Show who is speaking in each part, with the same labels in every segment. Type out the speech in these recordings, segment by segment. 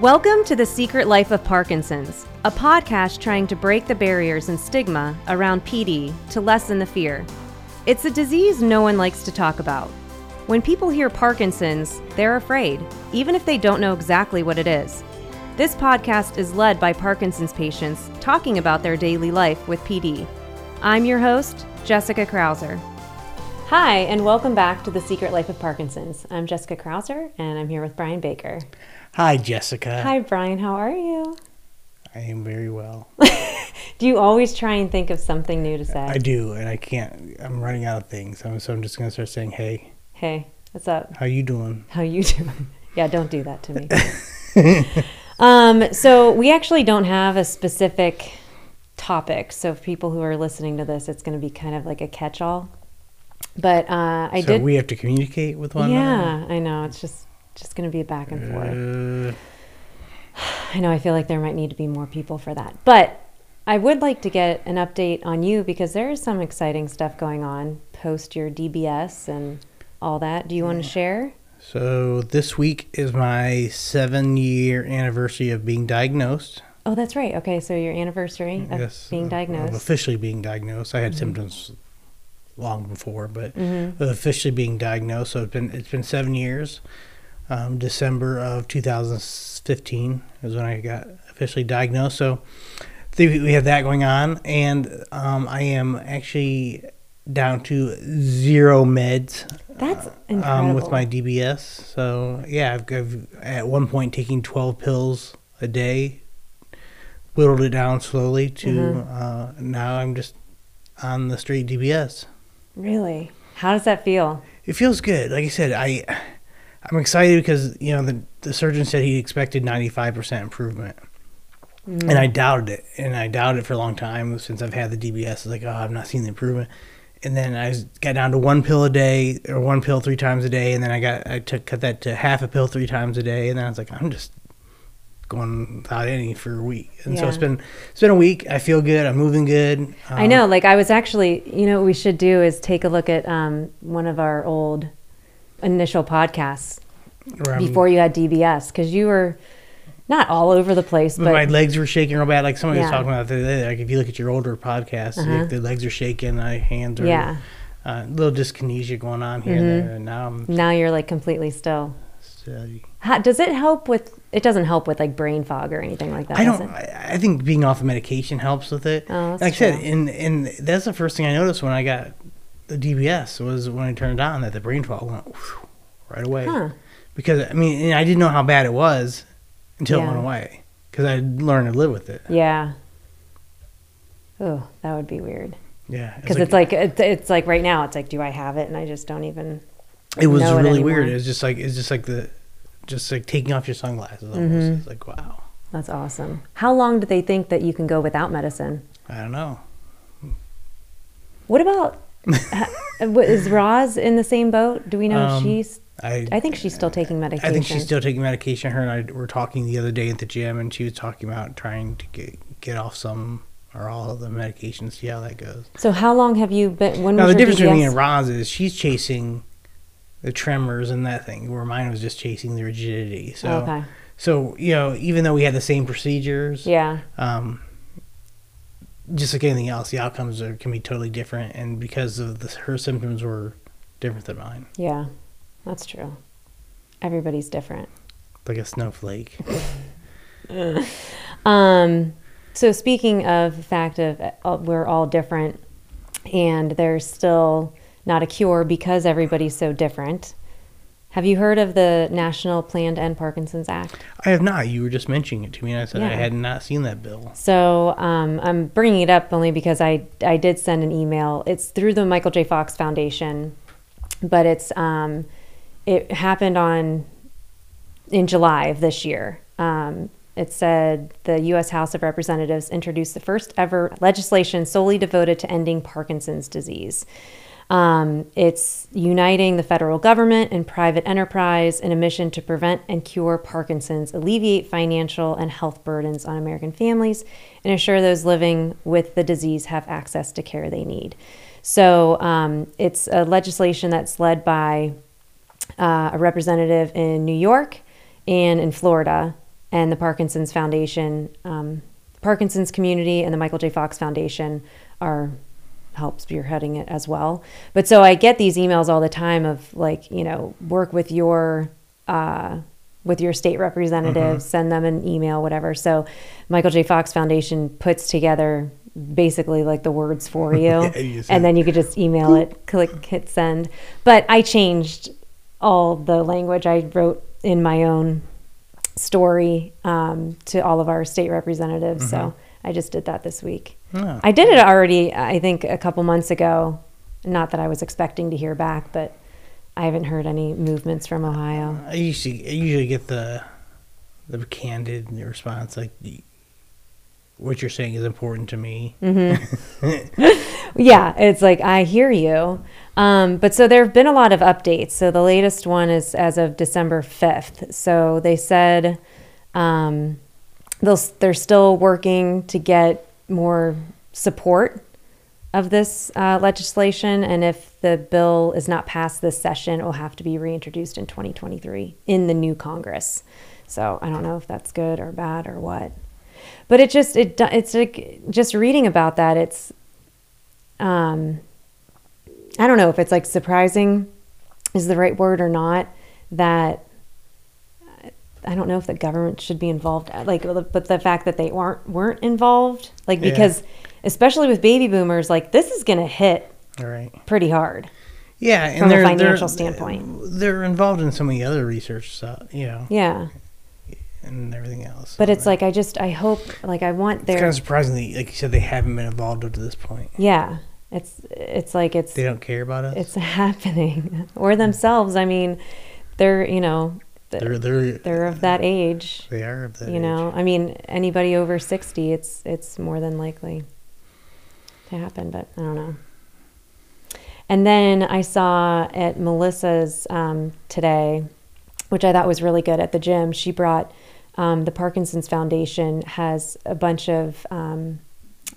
Speaker 1: Welcome to The Secret Life of Parkinson's, a podcast trying to break the barriers and stigma around PD to lessen the fear. It's a disease no one likes to talk about. When people hear Parkinson's, they're afraid, even if they don't know exactly what it is. This podcast is led by Parkinson's patients talking about their daily life with PD. I'm your host, Jessica Krauser. Hi, and welcome back to The Secret Life of Parkinson's. I'm Jessica Krauser, and I'm here with Brian Baker.
Speaker 2: Hi, Jessica.
Speaker 1: Hi, Brian. How are you?
Speaker 2: I am very well.
Speaker 1: Do you always try and think of something new to say?
Speaker 2: I do, and I can't. I'm running out of things, I'm, so I'm just gonna start saying, "Hey,
Speaker 1: hey, what's up?
Speaker 2: how you doing?"
Speaker 1: How you doing? yeah, don't do that to me. um, so we actually don't have a specific topic. So for people who are listening to this, it's going to be kind of like a catch-all. But uh, I
Speaker 2: so
Speaker 1: did.
Speaker 2: we have to communicate with one another.
Speaker 1: yeah, I know. It's just just going to be a back and forth.
Speaker 2: Uh,
Speaker 1: I know I feel like there might need to be more people for that. But I would like to get an update on you because there is some exciting stuff going on post your DBS and all that. Do you want to share?
Speaker 2: so this week is my seven-year anniversary of being diagnosed.
Speaker 1: Oh, that's right. Okay, so your anniversary of
Speaker 2: Yes,
Speaker 1: being
Speaker 2: of- of
Speaker 1: diagnosed. Mm-hmm.
Speaker 2: officially being diagnosed. I had symptoms long before, but of officially being diagnosed. So it's been it's been seven years. Um, December of 2015 is when I got officially diagnosed. So th- we have that going on, and um, I am actually down to zero meds
Speaker 1: That's incredible.
Speaker 2: um, with my DBS. So yeah, I've, I've at one point taking twelve pills a day, whittled it down slowly to uh, now I'm just on the straight DBS.
Speaker 1: really? How does that feel?
Speaker 2: It feels good. Like I said, I I'm excited because you know the the surgeon said he expected 95 percent improvement.
Speaker 1: Mm.
Speaker 2: And I doubted it, and I doubted it for a long time since I've had the DBS. It's like, oh, I've not seen the improvement. And then I was- got down to one pill a day, or one pill three times a day, and then I got I took cut that to half a pill three times a day, and then I was like, I'm just going without any for a week. And so it's
Speaker 1: Yeah.
Speaker 2: been it's been a week. I feel good. I'm moving good. Um,
Speaker 1: I know. Like I was actually, you know, what we should do is take a look at um, one of our old initial podcasts
Speaker 2: Um, where I'm-
Speaker 1: before you had DBS because you were not all over the place,
Speaker 2: But
Speaker 1: but
Speaker 2: my legs were shaking real bad. Like somebody
Speaker 1: Yeah. Uh-huh.
Speaker 2: was talking about the other day. Like if you look at your older podcasts, like the legs are shaking, my hands are
Speaker 1: Yeah. Mm-hmm.
Speaker 2: uh, little dyskinesia going on here and there. And now I'm
Speaker 1: now you're like completely still.
Speaker 2: steady.
Speaker 1: How, does it help with? It doesn't help with like brain fog or anything like that.
Speaker 2: I
Speaker 1: does
Speaker 2: don't.
Speaker 1: it?
Speaker 2: I, I think being off of medication helps with it.
Speaker 1: Oh, that's
Speaker 2: like I said,
Speaker 1: true.
Speaker 2: and and that's the first thing I noticed when I got the DBS was when I turned it on that the brain fog went whew, right away.
Speaker 1: Huh.
Speaker 2: Because I mean, and I didn't know how bad it was until
Speaker 1: Yeah.
Speaker 2: it went away. Because I learned to live with it.
Speaker 1: Yeah. Oh, that would be weird.
Speaker 2: Yeah,
Speaker 1: Because it's like it's, it's like right now it's like do I have it and I just don't even.
Speaker 2: it was
Speaker 1: know it
Speaker 2: really
Speaker 1: anymore.
Speaker 2: weird. It was just like it's just like the just like taking off your sunglasses almost.
Speaker 1: Mm-hmm.
Speaker 2: It's like wow.
Speaker 1: That's awesome. How long do they think that you can go without medicine?
Speaker 2: I don't know.
Speaker 1: What about ha- what, is Roz in the same boat? Do we know
Speaker 2: Um,
Speaker 1: she's?
Speaker 2: I
Speaker 1: I think she's still taking medication.
Speaker 2: I think she's still taking medication. Her and I were talking the other day at the gym and she was talking about trying to get get off some or all of the medication, see how that goes.
Speaker 1: So how long have you been? When
Speaker 2: Now
Speaker 1: was
Speaker 2: the
Speaker 1: your
Speaker 2: difference between me and
Speaker 1: DBS?
Speaker 2: Roz is she's chasing the tremors and that thing, where mine was just chasing the rigidity. So
Speaker 1: Okay.
Speaker 2: so, you know, even though we had the same procedures,
Speaker 1: Yeah.
Speaker 2: um, just like anything else, the outcomes are, can be totally different. And because of this, her symptoms were different than mine,
Speaker 1: Yeah, that's true. Everybody's different.
Speaker 2: like a snowflake.
Speaker 1: Um, so speaking of the fact of uh, we're all different, and there's still not a cure because everybody's so different. Have you heard of the National Planned End Parkinson's Act?
Speaker 2: I have not. You were just mentioning it to me, and I said I
Speaker 1: Yeah.
Speaker 2: had not seen that bill.
Speaker 1: So um, I'm bringing it up only because I I did send an email. It's through the Michael J. Fox Foundation, but it's um, it happened on in July of this year. Um, it said the U.S. House of Representatives introduced the first ever legislation solely devoted to ending Parkinson's disease. Um, it's uniting the federal government and private enterprise in a mission to prevent and cure Parkinson's, alleviate financial and health burdens on American families, and ensure those living with the disease have access to care they need. So um, it's a legislation that's led by uh, a representative in New York and in Florida. and the Parkinson's Foundation, um, Parkinson's community, and the Michael J. Fox Foundation are helps spearheading it as well. But so I get these emails all the time of like, you know, work with your uh, with your state representative,
Speaker 2: Mm-hmm.
Speaker 1: send them an email, whatever. So Michael J. Fox Foundation puts together basically like the words for you,
Speaker 2: you
Speaker 1: and
Speaker 2: just hit-
Speaker 1: then you could just email it, click, hit send. But I changed all the language I wrote in my own story um, to all of our state representatives. So I just did that this week.
Speaker 2: Oh.
Speaker 1: I did it already, I think, a couple months ago. Not that I was expecting to hear back, but I haven't heard any movements from Ohio.
Speaker 2: I usually I usually get the the candid response like y- what you're saying is important to me.
Speaker 1: Mm. Yeah, it's like, I hear you. Um, but so there have been a lot of updates. So the latest one is as of December 5th. So they said um, they'll, they're still working to get more support of this uh, legislation. And if the bill is not passed this session, it will have to be reintroduced in 2023 in the new Congress. So I don't know if that's good or bad or what. But it just it do- it's like just reading about that it's um I don't know if it's like surprising is the right word or not that I don't know if the government should be involved like but the fact that they weren't weren't involved like
Speaker 2: Yeah.
Speaker 1: because especially with baby boomers like this is going to hit
Speaker 2: All right.
Speaker 1: pretty hard.
Speaker 2: Yeah, and
Speaker 1: From a
Speaker 2: they're,
Speaker 1: financial
Speaker 2: they're,
Speaker 1: standpoint.
Speaker 2: they're involved in some of the other research, so, you know,
Speaker 1: Yeah.
Speaker 2: and everything else.
Speaker 1: But it's like I just I hope like I want
Speaker 2: it's
Speaker 1: their
Speaker 2: kind of surprising that, like you said, they haven't been involved up to this point.
Speaker 1: yeah. It's it's like it's
Speaker 2: They don't care about us.
Speaker 1: it's happening or themselves. I mean, they're you know th-
Speaker 2: they're they're,
Speaker 1: they're of that age.
Speaker 2: they are of that
Speaker 1: You
Speaker 2: age.
Speaker 1: know, I mean, anybody over sixty, it's it's more than likely to happen. But I don't know. And then I saw at Melissa's um, today, which I thought was really good at the gym. She brought um, the Parkinson's Foundation has a bunch of um,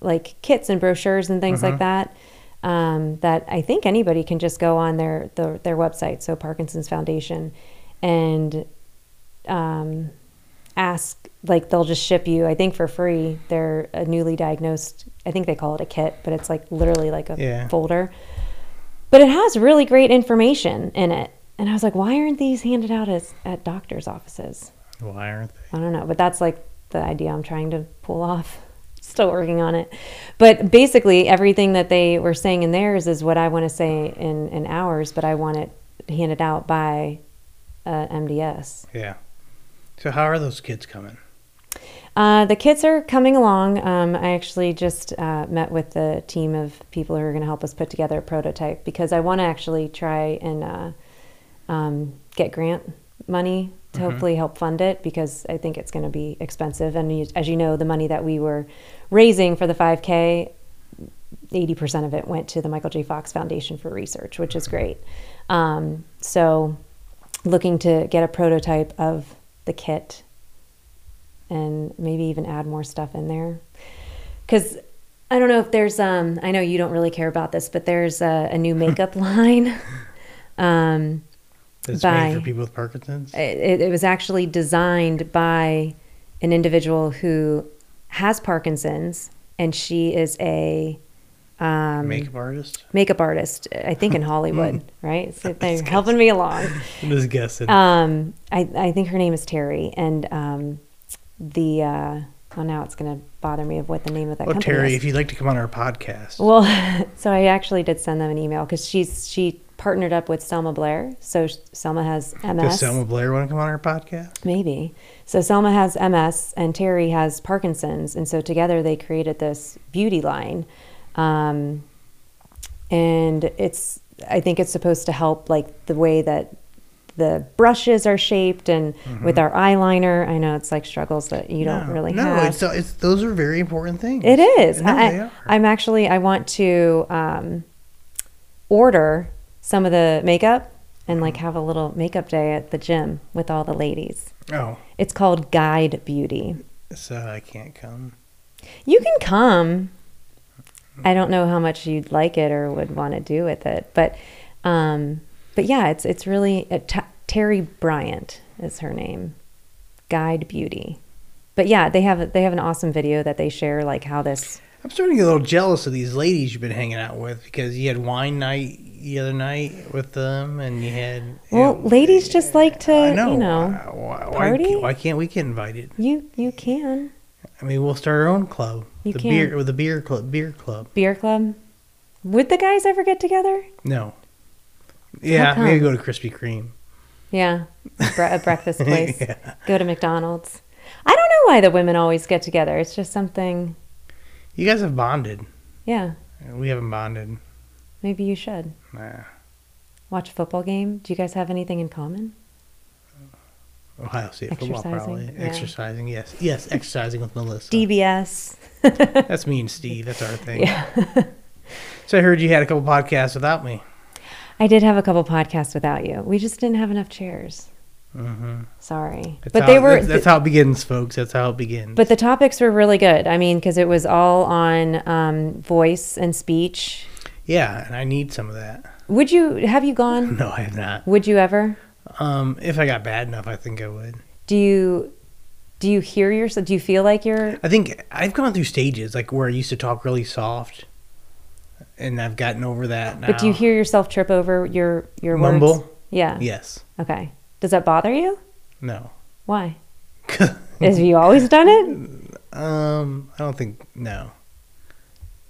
Speaker 1: like kits and brochures and things like that. Um, that I think anybody can just go on their their, their website, so Parkinson's Foundation, and um, ask like they'll just ship you. I think for free. They're a newly diagnosed. I think they call it a kit, but it's like literally like a
Speaker 2: Yeah.
Speaker 1: folder but it has really great information in it. And I was like, why aren't these handed out as at doctors' offices?
Speaker 2: Why aren't they?
Speaker 1: I don't know, but that's like the idea I'm trying to pull off. Still working on it. But basically, everything that they were saying in theirs is what I want to say in, in ours, but I want it handed out by uh, MDS.
Speaker 2: Yeah. So how are those kids coming?
Speaker 1: Uh, the kids are coming along. Um, I actually just uh, met with the team of people who are going to help us put together a prototype because I want to actually try and uh, um, get grant money to hopefully help fund it because I think it's going to be expensive. And you- as you know, the money that we were raising for the 5K 80% of it went to the Michael J. Fox Foundation for Research, which is great. Um, so, looking to get a prototype of the kit and maybe even add more stuff in there. Because I don't know if there's, um, I know you don't really care about this, but there's a, a new makeup line. Um,
Speaker 2: That's
Speaker 1: By-
Speaker 2: made for people with Parkinson's.
Speaker 1: it, it was actually designed by an individual who has Parkinson's, and she is a Um,
Speaker 2: Makeup artist.
Speaker 1: makeup artist, I think in Hollywood, right? So they're helping me along.
Speaker 2: I'm just guessing.
Speaker 1: Um, I, I think her name is Terry, and um, the uh, well, now it's going to bother me of what the name of that
Speaker 2: well,
Speaker 1: company
Speaker 2: Oh, Terry,
Speaker 1: is.
Speaker 2: if you'd like to come on our podcast,
Speaker 1: Well, so I actually did send them an email because she's she partnered up with Selma Blair, so Selma has MS.
Speaker 2: does Selma Blair want to come on our podcast?
Speaker 1: Maybe. So Selma has MS and Terry has Parkinson's. And so together they created this beauty line. Um, and it's, I think it's supposed to help like the way that the brushes are shaped and with our eyeliner. I know it's like struggles that you don't
Speaker 2: Mm-hmm. no,
Speaker 1: really
Speaker 2: no,
Speaker 1: have.
Speaker 2: It's, it's those are very important things.
Speaker 1: It is.
Speaker 2: No,
Speaker 1: I,
Speaker 2: they are.
Speaker 1: I'm actually. I want to um, order some of the makeup and
Speaker 2: Mm-hmm.
Speaker 1: like have a little makeup day at the gym with all the ladies.
Speaker 2: Oh,
Speaker 1: It's called Guide Beauty.
Speaker 2: so I can't come.
Speaker 1: You can come. I don't know how much you'd like it or would want to do with it, but um, but yeah, it's it's really uh, T- Terry Bryant is her name. Guide Beauty. But yeah, they have they have an awesome video that they share like how this.
Speaker 2: I'm starting to get a little jealous of these ladies you've been hanging out with because you had wine night the other night with them, and you had
Speaker 1: Well,
Speaker 2: you know,
Speaker 1: ladies just like to
Speaker 2: I know.
Speaker 1: you know
Speaker 2: uh, why, why-
Speaker 1: party?
Speaker 2: Why can't we get invited?
Speaker 1: you you can
Speaker 2: I mean, we'll start our own club.
Speaker 1: You
Speaker 2: the
Speaker 1: can.
Speaker 2: beer with the beer club. Beer club.
Speaker 1: beer club. Would the guys ever get together?
Speaker 2: No. Yeah, maybe
Speaker 1: come?
Speaker 2: go to Krispy Kreme.
Speaker 1: Yeah, Bre- a breakfast place.
Speaker 2: Yeah.
Speaker 1: Go to McDonald's. I don't know why the women always get together. It's just something.
Speaker 2: You guys have bonded.
Speaker 1: Yeah,
Speaker 2: We haven't bonded.
Speaker 1: maybe you should
Speaker 2: Nah.
Speaker 1: watch a football game. Do you guys have anything in common?
Speaker 2: Ohio State football, probably.
Speaker 1: Exercising, yeah.
Speaker 2: Exercising, yes. Yes, exercising with Melissa.
Speaker 1: DBS.
Speaker 2: That's me and Steve. That's our thing. so I heard you had a couple podcasts without me.
Speaker 1: I did have a couple podcasts without you. We just didn't have enough chairs.
Speaker 2: hmm
Speaker 1: Sorry, but they were.
Speaker 2: That's, that's how it begins, folks. That's how it begins.
Speaker 1: but the topics were really good. I mean, because it was all on um, voice and speech.
Speaker 2: yeah, and I need some of that.
Speaker 1: Would you have you gone?
Speaker 2: No, I have not.
Speaker 1: Would you ever?
Speaker 2: Um, if I got bad enough, I think I would.
Speaker 1: Do you do you hear yourself? Do you feel like you're?
Speaker 2: I think I've gone through stages like where I used to talk really soft, and I've gotten over that now.
Speaker 1: But do you hear yourself trip over your your
Speaker 2: Mumble?
Speaker 1: words? Yeah.
Speaker 2: Yes.
Speaker 1: Okay. Does that bother you?
Speaker 2: No.
Speaker 1: Why? Have you always done it?
Speaker 2: um, I don't think no.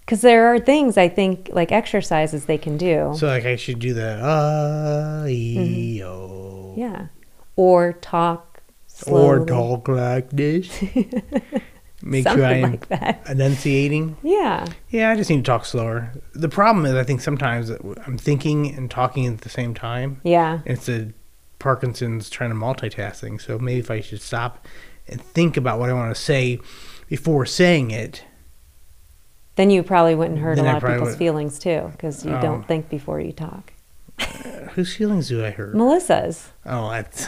Speaker 1: Because there are things I think like exercises they can do.
Speaker 2: So like I should do the uh, e o
Speaker 1: yeah. Or talk slowly.
Speaker 2: or talk like this.
Speaker 1: Something
Speaker 2: Make sure I am
Speaker 1: like that.
Speaker 2: enunciating.
Speaker 1: Yeah.
Speaker 2: Yeah, I just need to talk slower. The problem is, I think sometimes that w- I'm thinking and talking at the same time.
Speaker 1: Yeah.
Speaker 2: It's a Parkinson's trying to multitask thing. So maybe if I should stop and think about what I want to say before saying it.
Speaker 1: Then you probably wouldn't hurt
Speaker 2: Then
Speaker 1: a
Speaker 2: I
Speaker 1: lot of
Speaker 2: probably
Speaker 1: people's
Speaker 2: would-
Speaker 1: feelings too, because you
Speaker 2: Oh.
Speaker 1: don't think before you talk.
Speaker 2: Whose feelings do I hurt?
Speaker 1: Melissa's.
Speaker 2: Oh, that's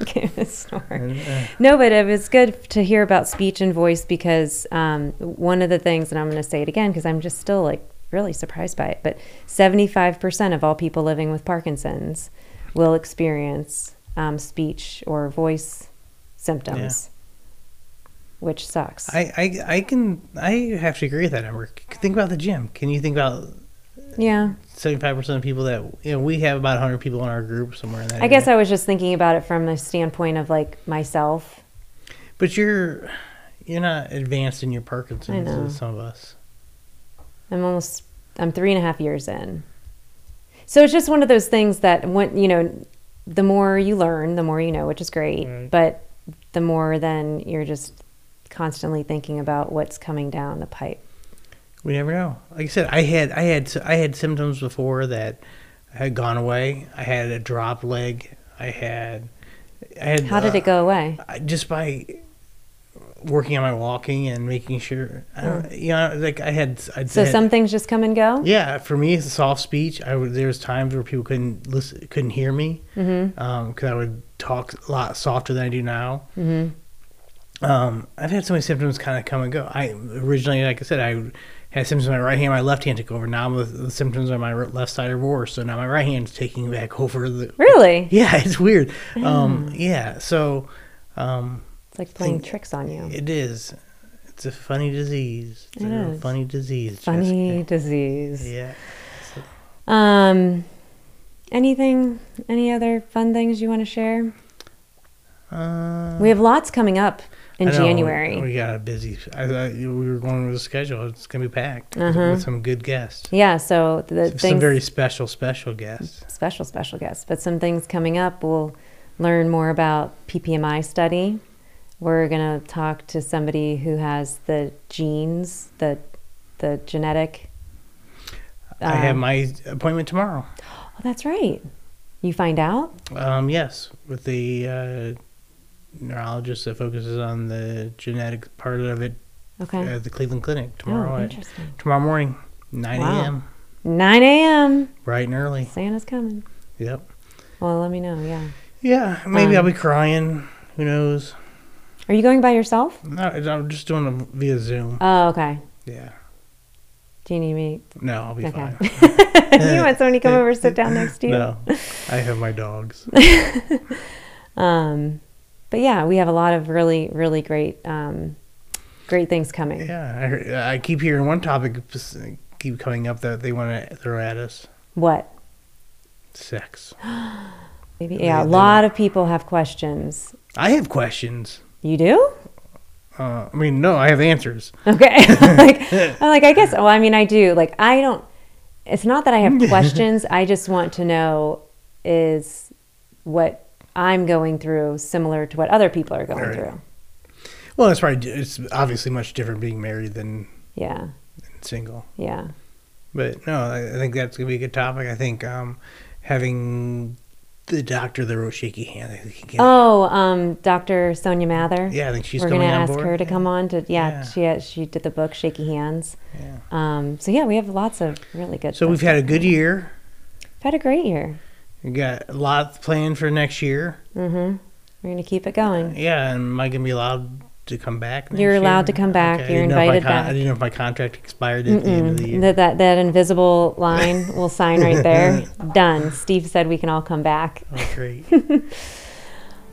Speaker 1: Okay, snore.
Speaker 2: uh,
Speaker 1: No, but it was good to hear about speech and voice because um, one of the things, and I'm going to say it again because I'm just still like really surprised by it, but 75% of all people living with Parkinson's will experience um, speech or voice symptoms, which sucks.
Speaker 2: I, I I can I have to agree with that number. C- Think about the gym. Can you think about
Speaker 1: yeah.
Speaker 2: seventy five percent of people that you know we have about hundred people in our group somewhere in that.
Speaker 1: I guess
Speaker 2: area.
Speaker 1: I was just thinking about it from the standpoint of like myself.
Speaker 2: but you're you're not advanced in your Parkinson's
Speaker 1: I know.
Speaker 2: as some of us.
Speaker 1: I'm almost I'm three and a half years in. So it's just one of those things that when you know, the more you learn, the more you know, which is great.
Speaker 2: Right.
Speaker 1: But the more then you're just constantly thinking about what's coming down the pipe.
Speaker 2: We never know. Like I said, I had I had I had symptoms before that had gone away. I had a drop leg. I had I had.
Speaker 1: How did
Speaker 2: uh,
Speaker 1: it go away?
Speaker 2: I- just by working on my walking and making sure I don't, you know like I had I'd
Speaker 1: Mm. So
Speaker 2: had-
Speaker 1: some things just come and go.
Speaker 2: Yeah, for me, it's a soft speech. I would, there was times where people couldn't listen, couldn't hear me because
Speaker 1: Mm-hmm.
Speaker 2: I would talk a lot softer than I do now. Mm-hmm. Um, I've had so many symptoms kind of come and go. I originally, like I said, I had symptoms on my right hand, my left hand took over. Now the, the symptoms on my r- left side are worse, so now my right hand's taking back over the.
Speaker 1: Really?
Speaker 2: Yeah, it's weird. Um, yeah, so um,
Speaker 1: It's like playing
Speaker 2: Think-
Speaker 1: tricks on you.
Speaker 2: it is. It's a funny disease. It's
Speaker 1: It
Speaker 2: a
Speaker 1: is.
Speaker 2: funny disease.
Speaker 1: Funny
Speaker 2: Jessica.
Speaker 1: disease.
Speaker 2: Yeah. So-
Speaker 1: Um anything any other fun things you want to share?
Speaker 2: Uh,
Speaker 1: We have lots coming up in
Speaker 2: I know, Oh,
Speaker 1: January.
Speaker 2: We got a busy. I thought you- we were going with the schedule. It's gonna be packed
Speaker 1: Uh-huh.
Speaker 2: with some good guests,
Speaker 1: yeah, so the things
Speaker 2: some very special, special guests.
Speaker 1: special special guests but some things coming up we'll learn more about ppmi study we're going to talk to somebody who has the genes the the genetic
Speaker 2: I have
Speaker 1: um,
Speaker 2: my appointment tomorrow.
Speaker 1: oh that's right you find out
Speaker 2: Um, yes, with the uh, neurologist that focuses on the genetic part of it
Speaker 1: okay
Speaker 2: at the Cleveland Clinic
Speaker 1: oh
Speaker 2: tomorrow. at,
Speaker 1: interesting
Speaker 2: tomorrow morning, nine
Speaker 1: Wow.
Speaker 2: a.m.
Speaker 1: 9 a.m
Speaker 2: Bright and early.
Speaker 1: santa's coming
Speaker 2: Yep.
Speaker 1: well let me know yeah
Speaker 2: Yeah, maybe
Speaker 1: Um,
Speaker 2: I'll be crying. Who knows?
Speaker 1: are you going by yourself
Speaker 2: No, I'm just doing it via Zoom.
Speaker 1: oh okay
Speaker 2: Yeah.
Speaker 1: do you need me
Speaker 2: No, I'll be
Speaker 1: okay
Speaker 2: fine.
Speaker 1: you want somebody to come over and sit down next to you
Speaker 2: No, I have my dogs.
Speaker 1: Um, but yeah, we have a lot of really, really great, um, great things coming.
Speaker 2: Yeah, I, heard, I keep hearing one topic keep coming up that they want to throw at us:
Speaker 1: What?
Speaker 2: sex.
Speaker 1: Maybe, yeah, a
Speaker 2: they-
Speaker 1: lot of people have questions.
Speaker 2: I have questions.
Speaker 1: You do?
Speaker 2: Uh, I mean, no, I have answers.
Speaker 1: Okay. like, I'm like, I guess, well, I mean, I do. Like, I don't, it's not that I have questions. I just want to know is what I'm going through similar to what other people are going
Speaker 2: Right.
Speaker 1: through.
Speaker 2: Well, it's probably it's obviously much different being married than
Speaker 1: Yeah.
Speaker 2: single.
Speaker 1: Yeah.
Speaker 2: But no, I I think that's gonna be a good topic. I think um, having the doctor that wrote Shaky Hand, I think he can.
Speaker 1: Oh, um, Dr. Sonia Mather.
Speaker 2: yeah, I think she's
Speaker 1: We're
Speaker 2: coming
Speaker 1: gonna
Speaker 2: on
Speaker 1: ask
Speaker 2: board.
Speaker 1: her to come on to yeah,
Speaker 2: Yeah.
Speaker 1: she had, she did the book Shaky Hands.
Speaker 2: Yeah.
Speaker 1: Um, so yeah, we have lots of really good.
Speaker 2: So we've
Speaker 1: stuff.
Speaker 2: had a good year.
Speaker 1: had a great year.
Speaker 2: We got a lot planned for next year.
Speaker 1: Mm-hmm. We're gonna keep it going.
Speaker 2: Yeah, and am I gonna be allowed to come back? Next
Speaker 1: You're allowed
Speaker 2: year?
Speaker 1: to come back.
Speaker 2: I
Speaker 1: You're
Speaker 2: didn't know if my
Speaker 1: invited
Speaker 2: con-
Speaker 1: back.
Speaker 2: I didn't know if my contract expired at the end of the year.
Speaker 1: That, that that invisible line will sign right there. Done. Steve said we can all come back.
Speaker 2: Oh, great.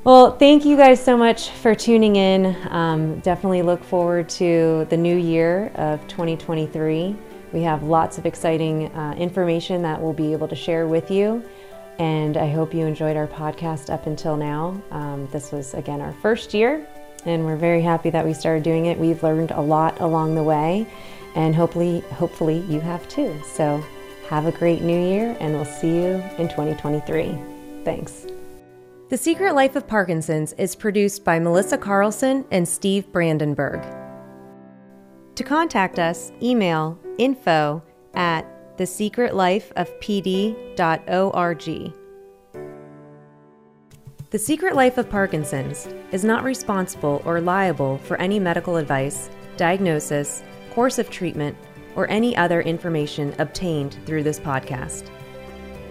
Speaker 1: Well, thank you guys so much for tuning in. Um, definitely look forward to the new year of 2023. We have lots of exciting uh, information that we'll be able to share with you. And I hope you enjoyed our podcast up until now. Um, this was, again, our first year, and we're very happy that we started doing it. We've learned a lot along the way, and hopefully, hopefully you have too. So have a great new year, and we'll see you in 2023. Thanks. The Secret Life of Parkinson's is produced by Melissa Carlson and Steve Brandenburg. To contact us, email info at thesecretlifeofpd.org. The Secret Life of Parkinson's is not responsible or liable for any medical advice, diagnosis, course of treatment, or any other information obtained through this podcast.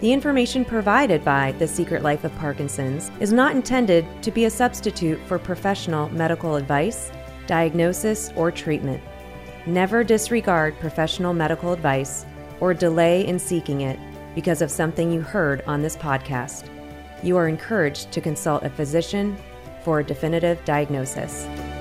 Speaker 1: The information provided by The Secret Life of Parkinson's is not intended to be a substitute for professional medical advice, diagnosis, or treatment. Never disregard professional medical advice or delay in seeking it because of something you heard on this podcast. You are encouraged to consult a physician for a definitive diagnosis.